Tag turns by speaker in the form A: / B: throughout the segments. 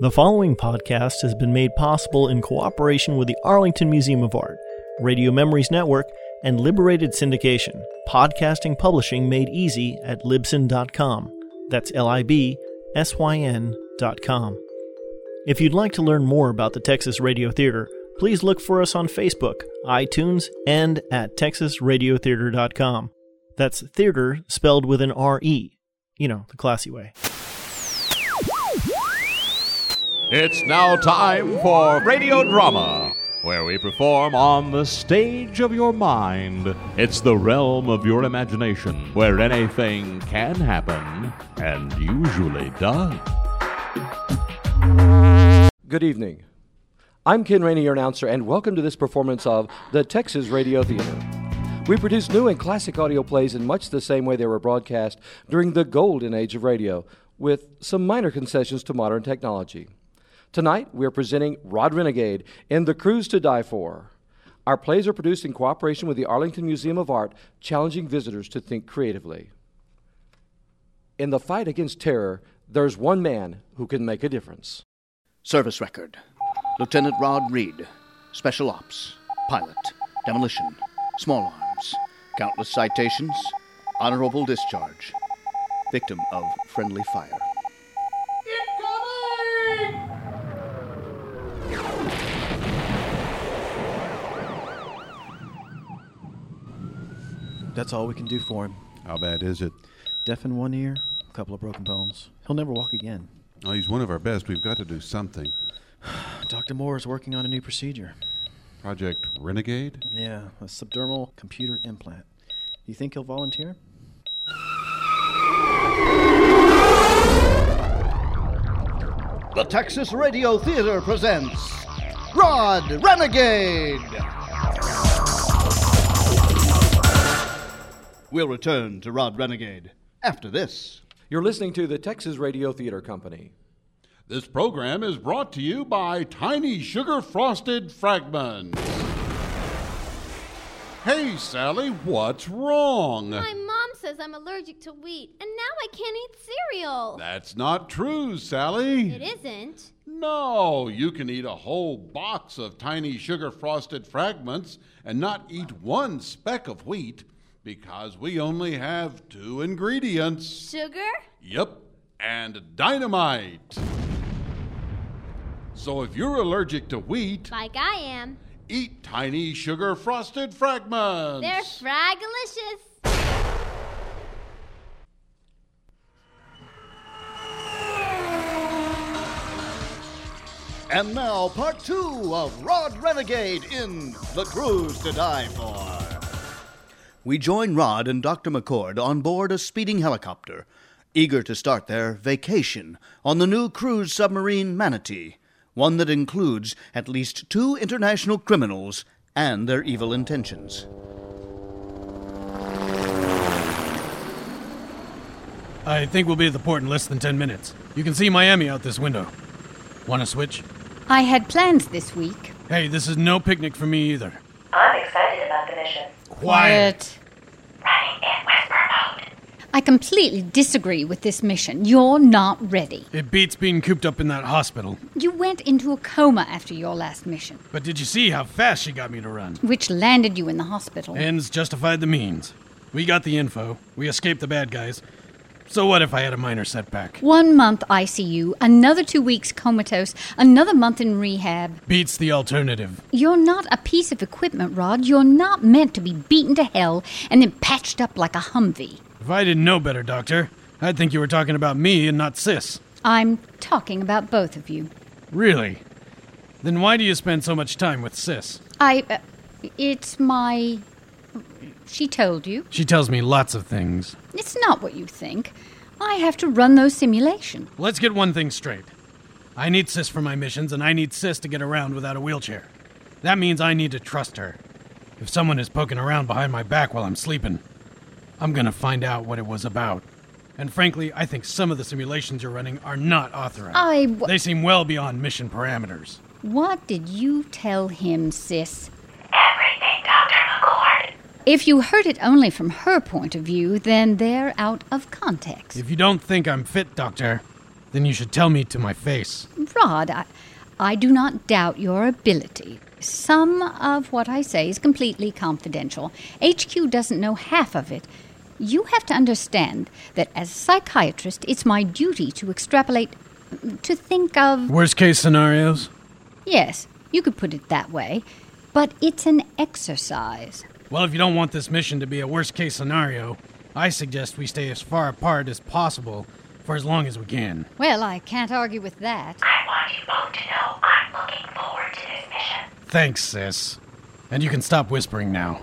A: The following podcast has been made possible in cooperation with the Arlington Museum of Art, Radio Memories Network, and Liberated Syndication, podcasting publishing made easy at libsyn.com. That's L I B S Y N.com. If you'd like to learn more about the Texas Radio Theater, please look for us on Facebook, iTunes, and at texasradiotheater.com. That's theater spelled with an R E, you know, the classy way.
B: It's now time for radio drama, where we perform on the stage of your mind. It's the realm of your imagination where anything can happen and usually does.
C: Good evening. I'm Ken Rainey, your announcer, and welcome to this performance of the Texas Radio Theater. We produce new and classic audio plays in much the same way they were broadcast during the golden age of radio, with some minor concessions to modern technology. Tonight, we are presenting Rod Renegade in The Cruise to Die For. Our plays are produced in cooperation with the Arlington Museum of Art, challenging visitors to think creatively. In the fight against terror, there's one man who can make a difference.
D: Service record Lieutenant Rod Reed, Special Ops, Pilot, Demolition, Small Arms, countless citations, honorable discharge, victim of friendly fire.
E: That's all we can do for him.
F: How bad is it?
E: Deaf in one ear, a couple of broken bones. He'll never walk again.
F: Oh, he's one of our best. We've got to do something.
E: Dr. Moore is working on a new procedure.
F: Project Renegade?
E: Yeah, a subdermal computer implant. You think he'll volunteer?
D: The Texas Radio Theater presents Rod Renegade. We'll return to Rod Renegade after this.
C: You're listening to the Texas Radio Theater Company.
B: This program is brought to you by Tiny Sugar Frosted Fragments. Hey, Sally, what's wrong?
G: My mom says I'm allergic to wheat, and now I can't eat cereal.
B: That's not true, Sally.
G: it isn't.
B: No, you can eat a whole box of tiny sugar frosted fragments and not eat one speck of wheat because we only have two ingredients.
G: Sugar?
B: Yep, and dynamite. So if you're allergic to wheat,
G: Like I am.
B: eat tiny sugar frosted fragments.
G: They're fragalicious.
D: And now, part two of Rod Renegade in The Cruise to Die For. We join Rod and Dr. McCord on board a speeding helicopter, eager to start their vacation on the new cruise submarine Manatee, one that includes at least two international criminals and their evil intentions.
H: I think we'll be at the port in less than 10 minutes. You can see Miami out this window. Want to switch?
I: I had plans this week.
H: Hey, this is no picnic for me either.
J: I'm excited about the mission. Running in whisper mode.
I: I completely disagree with this mission. You're not ready.
H: It beats being cooped up in that hospital.
I: You went into a coma after your last mission,
H: But did you see how fast she got me to run?
I: which landed you in the hospital.
H: Ends justified the means. We got the info. We escaped the bad guys. So what if I had a minor setback?
I: One month ICU, another two weeks comatose, another month in rehab.
H: Beats the alternative.
I: You're not a piece of equipment, Rod. You're not meant to be beaten to hell and then patched up like a Humvee.
H: If I didn't know better, Doctor, I'd think you were talking about me and not Sis.
I: I'm talking about both of you.
H: Really? Then why do you spend so much time with Sis?
I: I. Uh, it's my. She told you.
H: She tells me lots of things.
I: It's not what you think. I have to run those simulations.
H: Let's get one thing straight. I need Sis for my missions, and I need Sis to get around without a wheelchair. That means I need to trust her. If someone is poking around behind my back while I'm sleeping, I'm gonna find out what it was about. And frankly, I think some of the simulations you're running are not authorized.
I: I w-
H: they seem well beyond mission parameters.
I: What did you tell him, sis?
J: Everything, Dr. McCord.
I: If you heard it only from her point of view, then they're out of context.
H: If you don't think I'm fit, Doctor, then you should tell me to my face.
I: Rod, I, I do not doubt your ability. Some of what I say is completely confidential. HQ doesn't know half of it. You have to understand that as a psychiatrist, it's my duty to extrapolate, to think of.
H: Worst case scenarios?
I: Yes, you could put it that way, but it's an exercise.
H: Well, if you don't want this mission to be a worst case scenario, I suggest we stay as far apart as possible for as long as we can.
I: Well, I can't argue with that.
J: I want you both to know I'm looking forward to this mission.
H: Thanks, sis. And you can stop whispering now.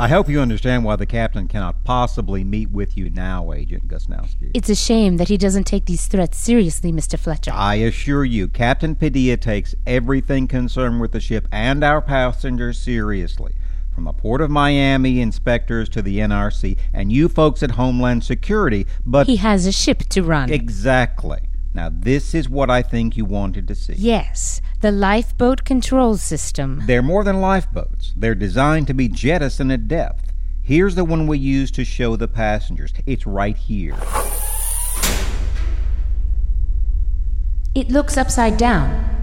K: I hope you understand why the captain cannot possibly meet with you now, Agent Gusnowski.
L: It's a shame that he doesn't take these threats seriously, Mr. Fletcher.
K: I assure you, Captain Padilla takes everything concerned with the ship and our passengers seriously. From the Port of Miami inspectors to the NRC and you folks at Homeland Security, but.
L: He has a ship to run.
K: Exactly. Now, this is what I think you wanted to see.
L: Yes, the lifeboat control system.
K: They're more than lifeboats. They're designed to be jettisoned at depth. Here's the one we use to show the passengers. It's right here.
L: It looks upside down.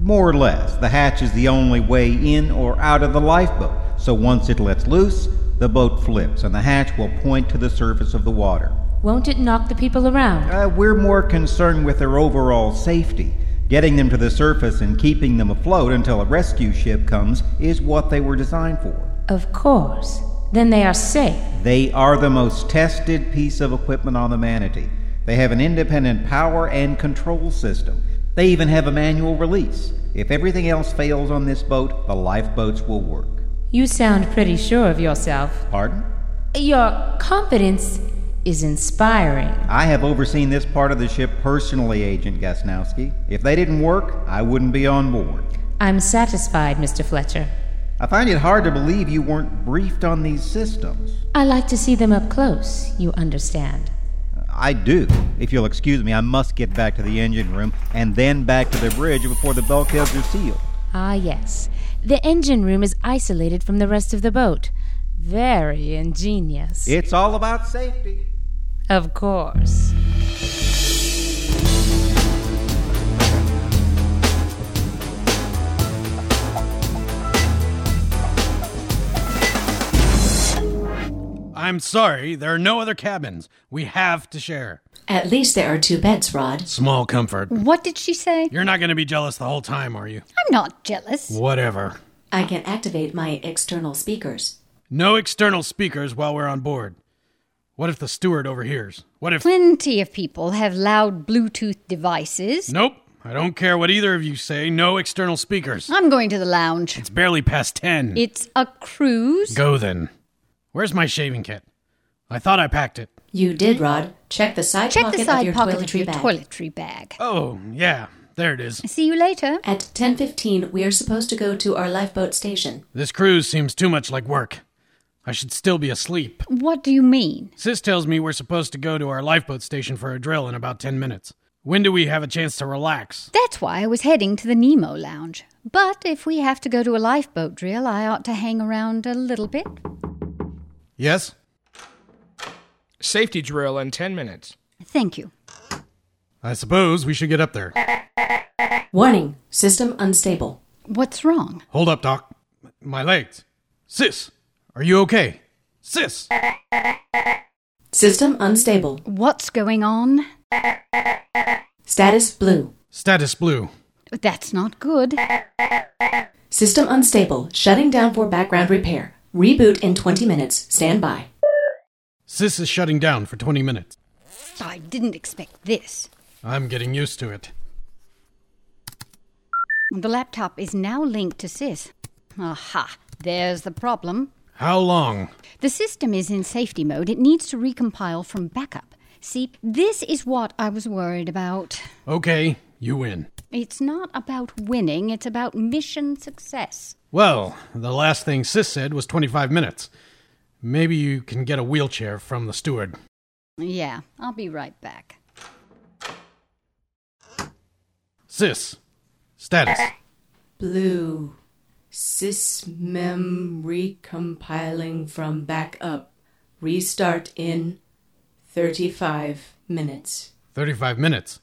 K: More or less, the hatch is the only way in or out of the lifeboat. So once it lets loose, the boat flips and the hatch will point to the surface of the water.
L: Won't it knock the people around?
K: Uh, we're more concerned with their overall safety. Getting them to the surface and keeping them afloat until a rescue ship comes is what they were designed for.
L: Of course. Then they are safe.
K: They are the most tested piece of equipment on the Manatee. They have an independent power and control system. They even have a manual release. If everything else fails on this boat, the lifeboats will work.
L: You sound pretty sure of yourself.
K: Pardon?
L: Your confidence is inspiring.
K: I have overseen this part of the ship personally, Agent Gasnowski. If they didn't work, I wouldn't be on board.
L: I'm satisfied, Mr. Fletcher.
K: I find it hard to believe you weren't briefed on these systems.
L: I like to see them up close, you understand.
K: I do. If you'll excuse me, I must get back to the engine room and then back to the bridge before the bulkheads are sealed.
L: Ah, yes. The engine room is isolated from the rest of the boat. Very ingenious.
K: It's all about safety.
L: Of course.
H: I'm sorry, there are no other cabins. We have to share.
M: At least there are two beds, Rod.
H: Small comfort.
I: What did she say?
H: You're not going to be jealous the whole time, are you?
I: I'm not jealous.
H: Whatever.
M: I can activate my external speakers.
H: No external speakers while we're on board. What if the steward overhears? What if.
I: Plenty of people have loud Bluetooth devices.
H: Nope. I don't care what either of you say. No external speakers.
I: I'm going to the lounge.
H: It's barely past ten.
I: It's a cruise.
H: Go then. Where's my shaving kit? I thought I packed it.
M: You did, Rod. Check the side
I: Check
M: pocket
I: the side
M: of your
I: pocket
M: toiletry
I: of your
M: bag.
I: toiletry bag.
H: Oh, yeah. There it is.
I: See you later.
M: At 10:15, we are supposed to go to our lifeboat station.
H: This cruise seems too much like work. I should still be asleep.
I: What do you mean?
H: Sis tells me we're supposed to go to our lifeboat station for a drill in about 10 minutes. When do we have a chance to relax?
I: That's why I was heading to the Nemo Lounge. But if we have to go to a lifeboat drill, I ought to hang around a little bit.
H: Yes?
N: Safety drill in 10 minutes.
I: Thank you.
H: I suppose we should get up there.
M: Warning: system unstable.
I: What's wrong?
H: Hold up, Doc. My legs. Sis, are you okay? Sis!
M: System unstable.
I: What's going on?
M: Status blue.
H: Status blue.
I: That's not good.
M: System unstable. Shutting down for background repair. Reboot in 20 minutes. Stand by.
H: Sis is shutting down for 20 minutes.
I: I didn't expect this.
H: I'm getting used to it.
I: The laptop is now linked to SIS. Aha, there's the problem.
H: How long?
I: The system is in safety mode. It needs to recompile from backup. See, this is what I was worried about.
H: Okay, you win.
I: It's not about winning, it's about mission success.
H: Well, the last thing Sis said was 25 minutes. Maybe you can get a wheelchair from the steward.
I: Yeah, I'll be right back.
H: Sis. Status.
M: Blue. Sysmem recompiling from backup. Restart in 35 minutes.
H: 35 minutes.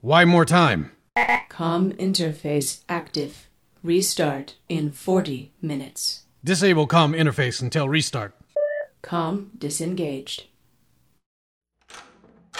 H: Why more time?
M: Com interface active. Restart in 40 minutes.
H: Disable COM interface until restart.
M: Com disengaged.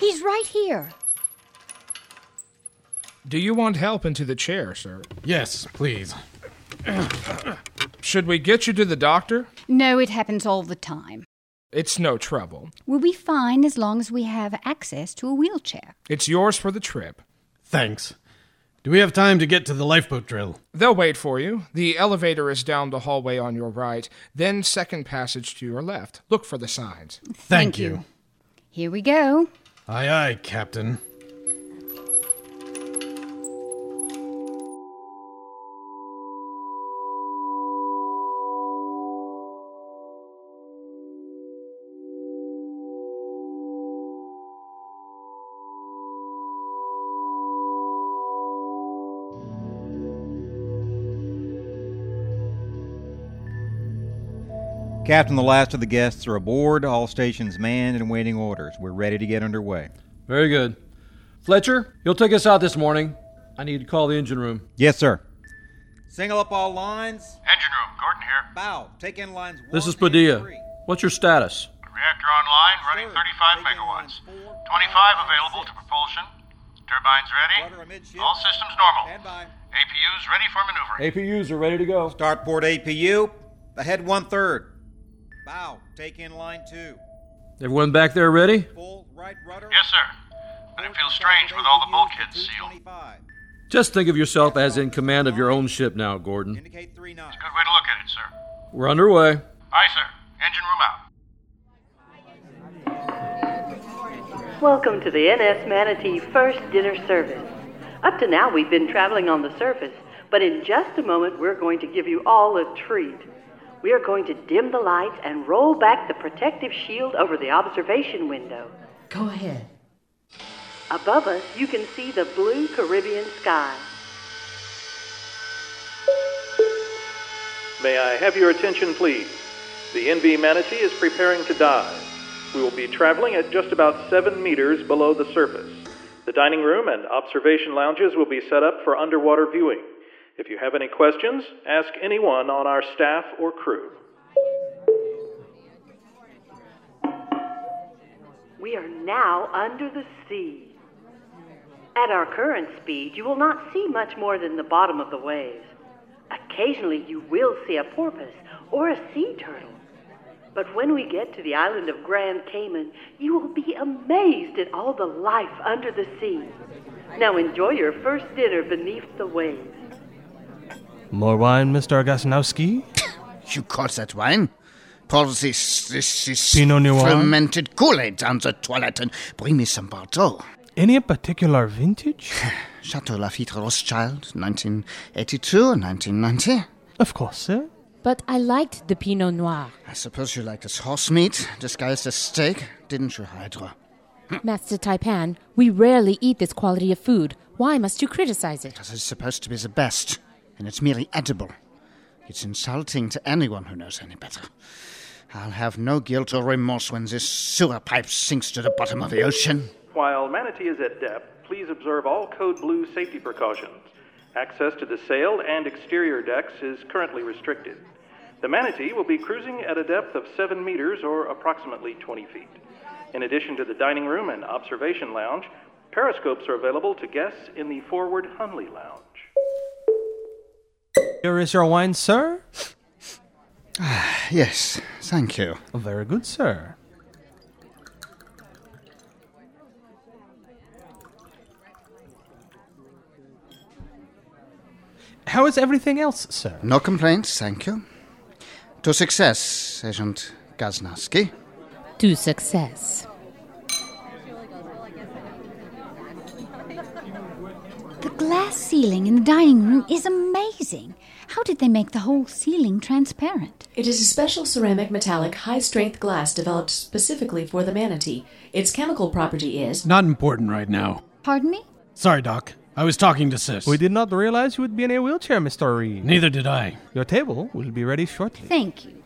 I: He's right here.
N: Do you want help into the chair, sir?
H: Yes, please.
N: Should we get you to the doctor?
I: No, it happens all the time.
N: It's no trouble.
I: We'll be fine as long as we have access to a wheelchair.
N: It's yours for the trip.
H: Thanks. Do we have time to get to the lifeboat drill?
N: They'll wait for you. The elevator is down the hallway on your right, then second passage to your left. Look for the signs.
H: Thank, you.
I: Here we go.
H: Aye, aye, Captain.
K: Captain, the last of the guests are aboard, all stations manned and waiting orders. We're ready to get underway.
C: Very good. Fletcher, you'll take us out this morning. I need to call the engine room.
K: Yes, sir. Single up all lines.
O: Engine room, Gordon here.
K: Bow. Take in lines.
C: This is Padilla. What's your status?
O: Reactor online, running 35 megawatts. 25 available to propulsion. Turbines ready. All systems normal. APUs ready for maneuver.
K: APUs are ready to go. Start port APU. Ahead one third. Bow. Take in line two.
C: Everyone back there ready?
O: Yes, sir. But it feels strange with all the bulkheads sealed.
C: Just think of yourself as in command of your own ship now, Gordon.
O: It's a good way to look at it, sir.
C: We're underway.
O: Aye, sir. Engine room out.
P: Welcome to the NS Manatee First Dinner Service. Up to now, we've been traveling on the surface, but in just a moment, we're going to give you all a treat. We are going to dim the lights and roll back the protective shield over the observation window.
G: Go ahead.
P: Above us, you can see the blue Caribbean sky.
Q: May I have your attention, please? The NV Manatee is preparing to dive. We will be traveling at just about 7 meters below the surface. The dining room and observation lounges will be set up for underwater viewing. If you have any questions, ask anyone on our staff or crew.
P: We are now under the sea. At our current speed, you will not see much more than the bottom of the waves. Occasionally, you will see a porpoise or a sea turtle. But when we get to the island of Grand Cayman, you will be amazed at all the life under the sea. Now enjoy your first dinner beneath the waves.
R: More wine, Mr. Agasinowski?
S: You call that wine? Pour this, this, this
R: Pinot Noir?
S: fermented Kool-Aid on the toilet and bring me some Bordeaux.
R: Any particular vintage?
S: Chateau Lafitte Rothschild, 1982 1990.
R: Of course, sir.
L: But I liked the Pinot Noir.
S: I suppose you like this horse meat disguised as steak, didn't you, Hydra?
L: Master Taipan, we rarely eat this quality of food. Why must you criticize it?
S: It's supposed to be the best, and it's merely edible. It's insulting to anyone who knows any better. I'll have no guilt or remorse when this sewer pipe sinks to the bottom of the ocean.
Q: While Manatee is at depth, please observe all Code Blue safety precautions. Access to the sail and exterior decks is currently restricted. The Manatee will be cruising at a depth of 7 meters or approximately 20 feet. In addition to the dining room and observation lounge, periscopes are available to guests in the forward Hunley lounge.
R: Here is your wine, sir.
S: yes, thank you.
R: Very good, sir. How is everything else, sir?
S: No complaints, thank you. To success, Agent Gaznaski.
L: To success.
I: The glass ceiling in the dining room is amazing. How did they make the whole ceiling transparent?
M: It is a special ceramic metallic high strength glass developed specifically for the manatee. Its chemical property is
H: Not important right now.
I: Pardon me?
H: Sorry, Doc. I was talking to Sis.
R: We did not realize you would be in a wheelchair, Mr. Reed.
H: Neither did I.
R: Your table will be ready shortly.
I: Thank you.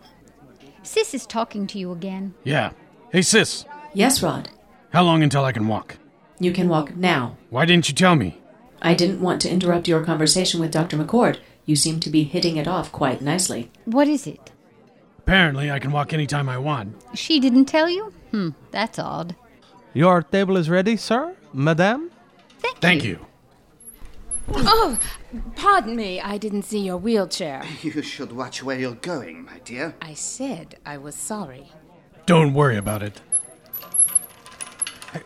I: Sis is talking to you again.
H: Yeah. Hey, Sis.
M: Yes, Rod.
H: How long until I can walk?
M: You can walk now.
H: Why didn't you tell me?
M: I didn't want to interrupt your conversation with Dr. McCord. You seem to be hitting it off quite nicely.
I: What is it?
H: Apparently, I can walk anytime I want.
I: She didn't tell you? Hmm, that's odd.
R: Your table is ready, sir, madame?
I: Thank,
H: Thank you.
L: Oh, pardon me, I didn't see your wheelchair.
D: You should watch where you're going, my dear.
L: I said I was sorry.
H: Don't worry about it. Hey-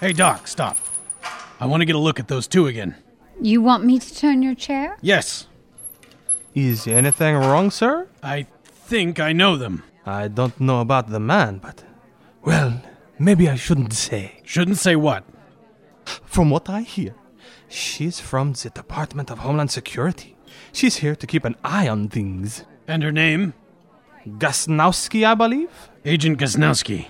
H: Hey, Doc, stop. I want to get a look at those two again.
I: You want me to turn your chair?
H: Yes,
R: Is anything wrong, sir?
H: I think I know them.
R: I don't know about the man, but. Well, maybe I shouldn't say.
H: Shouldn't say what?
R: From what I hear, she's from the Department of Homeland Security. She's here to keep an eye on things.
H: And her name?
R: Gasnowski, I believe?
H: Agent Gaznowski.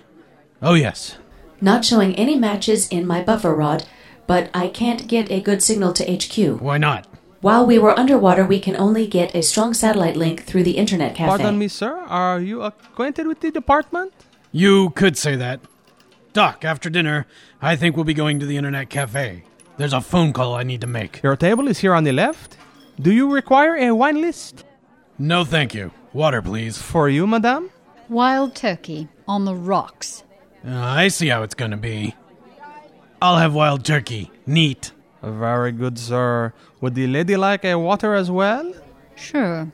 H: Oh, yes.
M: Not showing any matches in my buffer rod, but I can't get a good signal to HQ.
H: Why not?
M: While we were underwater, we can only get a strong satellite link through the internet cafe.
R: Pardon me, sir. Are you acquainted with the department?
H: You could say that. Doc, after dinner, I think we'll be going to the internet cafe. There's a phone call I need to make.
R: Your table is here on the left. Do you require a wine list?
H: No, thank you. Water, please.
R: For you, madame?
I: Wild turkey on the rocks.
H: Uh, I see how it's gonna be. I'll have wild turkey. Neat.
R: Very good, sir. Would the lady like a water as well?
I: Sure.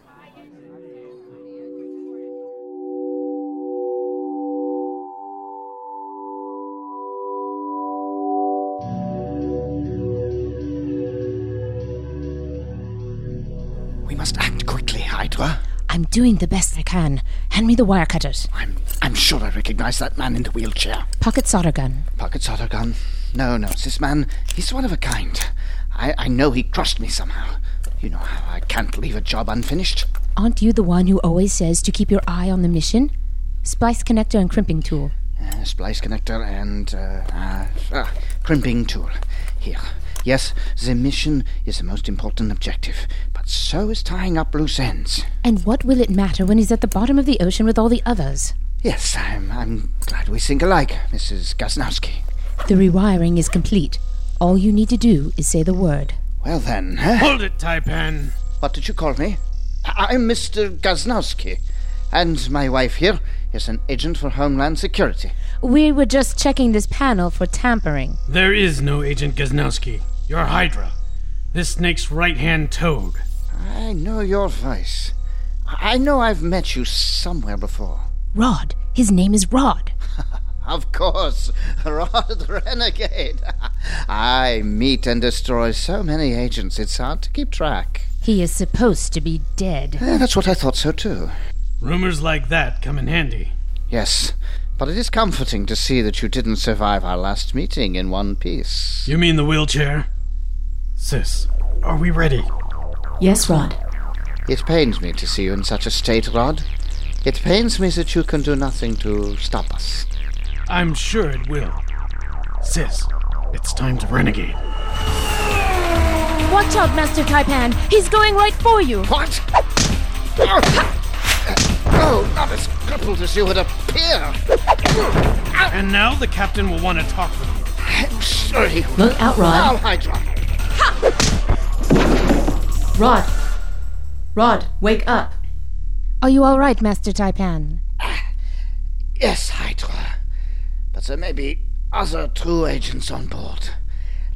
S: We must act quickly, Hydra.
L: I'm doing the best I can. Hand me the wire cutters.
S: I'm sure I recognize that man in the wheelchair.
L: Pocket solder gun.
S: Pocket solder gun. No, no, this man, he's one of a kind. I, I know he crushed me somehow. You know how I can't leave a job unfinished.
L: Aren't you the one who always says to keep your eye on the mission? Splice connector and crimping tool.
S: Uh, splice connector and uh, uh, ah, crimping tool. Here. Yes, the mission is the most important objective, but so is tying up loose ends.
L: And what will it matter when he's at the bottom of the ocean with all the others?
S: Yes, I'm, I'm glad we think alike, Mrs. Gaznowski.
L: The rewiring is complete. All you need to do is say the word.
S: Well then.
H: Hold it, Taipan.
S: What did you call me? I- I'm Mr. Gaznowski, and my wife here is an agent for Homeland Security.
L: We were just checking this panel for tampering.
H: There is no Agent Gaznowski. You're Hydra. This snake's right hand toad.
S: I know your voice. I I know I've met you somewhere before.
L: Rod. His name is Rod.
S: Of course, Rod Renegade. I meet and destroy so many agents, it's hard to keep track.
L: He is supposed to be dead.
S: Eh, that's what I thought so too.
H: Rumors like that come in handy.
S: Yes, but it is comforting to see that you didn't survive our last meeting in one piece.
H: You mean the wheelchair? Sis, are we ready?
M: Yes, Rod.
S: It pains me to see you in such a state, Rod. It pains me that you can do nothing to stop us.
H: I'm sure it will. Sis, it's time to renegade.
L: Watch out, Master Taipan. He's going right for you.
S: What? Oh, not as Oh, crippled as you would appear.
H: And now the captain will want to talk with you.
S: I'm sure he will.
M: Look out, Rod.
S: Now, Hydra.
M: Rod. Rod, wake up.
L: Are you all right, Master Taipan?
S: Yes, Hydra. But there may be other two agents on board.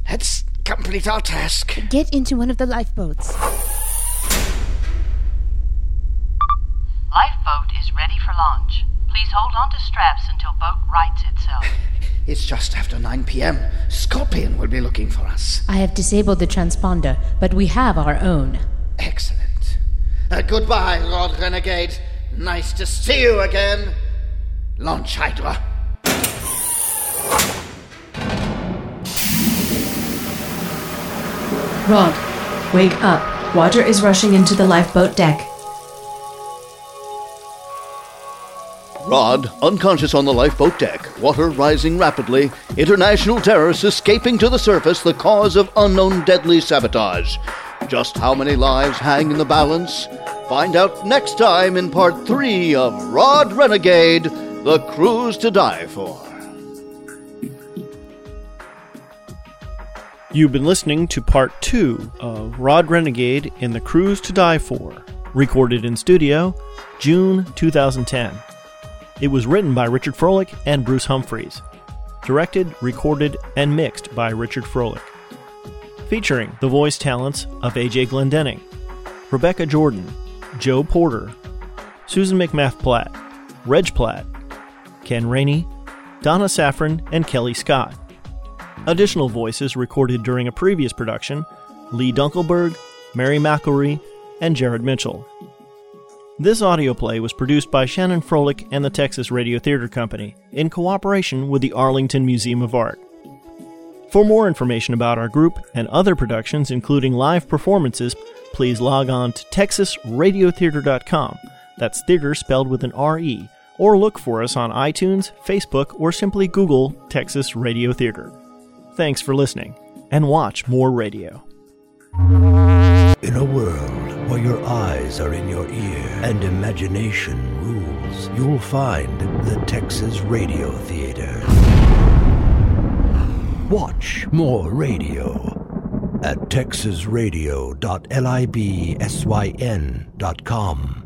S: Let's complete our task.
L: Get into one of the lifeboats.
T: Lifeboat is ready for launch. Please hold on to straps until boat rights itself.
S: It's just after 9 p.m. Scorpion will be looking for us.
L: I have disabled the transponder, but we have our own.
S: Excellent. Uh, goodbye, Lord Renegade. Nice to see you again. Launch, Hydra.
M: Rod, wake up. Roger is rushing into the lifeboat deck.
D: Rod, unconscious on the lifeboat deck, water rising rapidly, international terrorists escaping to the surface, the cause of unknown deadly sabotage. Just how many lives hang in the balance? Find out next time in part three of Rod Renegade The Cruise to Die For.
A: You've been listening to part two of Rod Renegade in The Cruise to Die For, recorded in studio June 2010. It was written by Richard Froelich and Bruce Humphries, directed, recorded, and mixed by Richard Froelich, featuring the voice talents of AJ Glendenning, Rebecca Jordan, Joe Porter, Susan McMath Platt, Reg Platt, Ken Rainey, Donna Saffron, and Kelly Scott. Additional voices recorded during a previous production Lee Dunkelberg, Mary McElry, and Jared Mitchell. This audio play was produced by Shannon Froelich and the Texas Radio Theater Company in cooperation with the Arlington Museum of Art. For more information about our group and other productions, including live performances, please log on to texasradiotheater.com. That's theater spelled with an R-E. Or look for us on iTunes, Facebook, or simply Google Texas Radio Theater. Thanks for listening, and watch more radio.
U: In a world where your eyes are in your ear and imagination rules, you'll find the Texas Radio Theater. Watch more radio at texasradio.libsyn.com.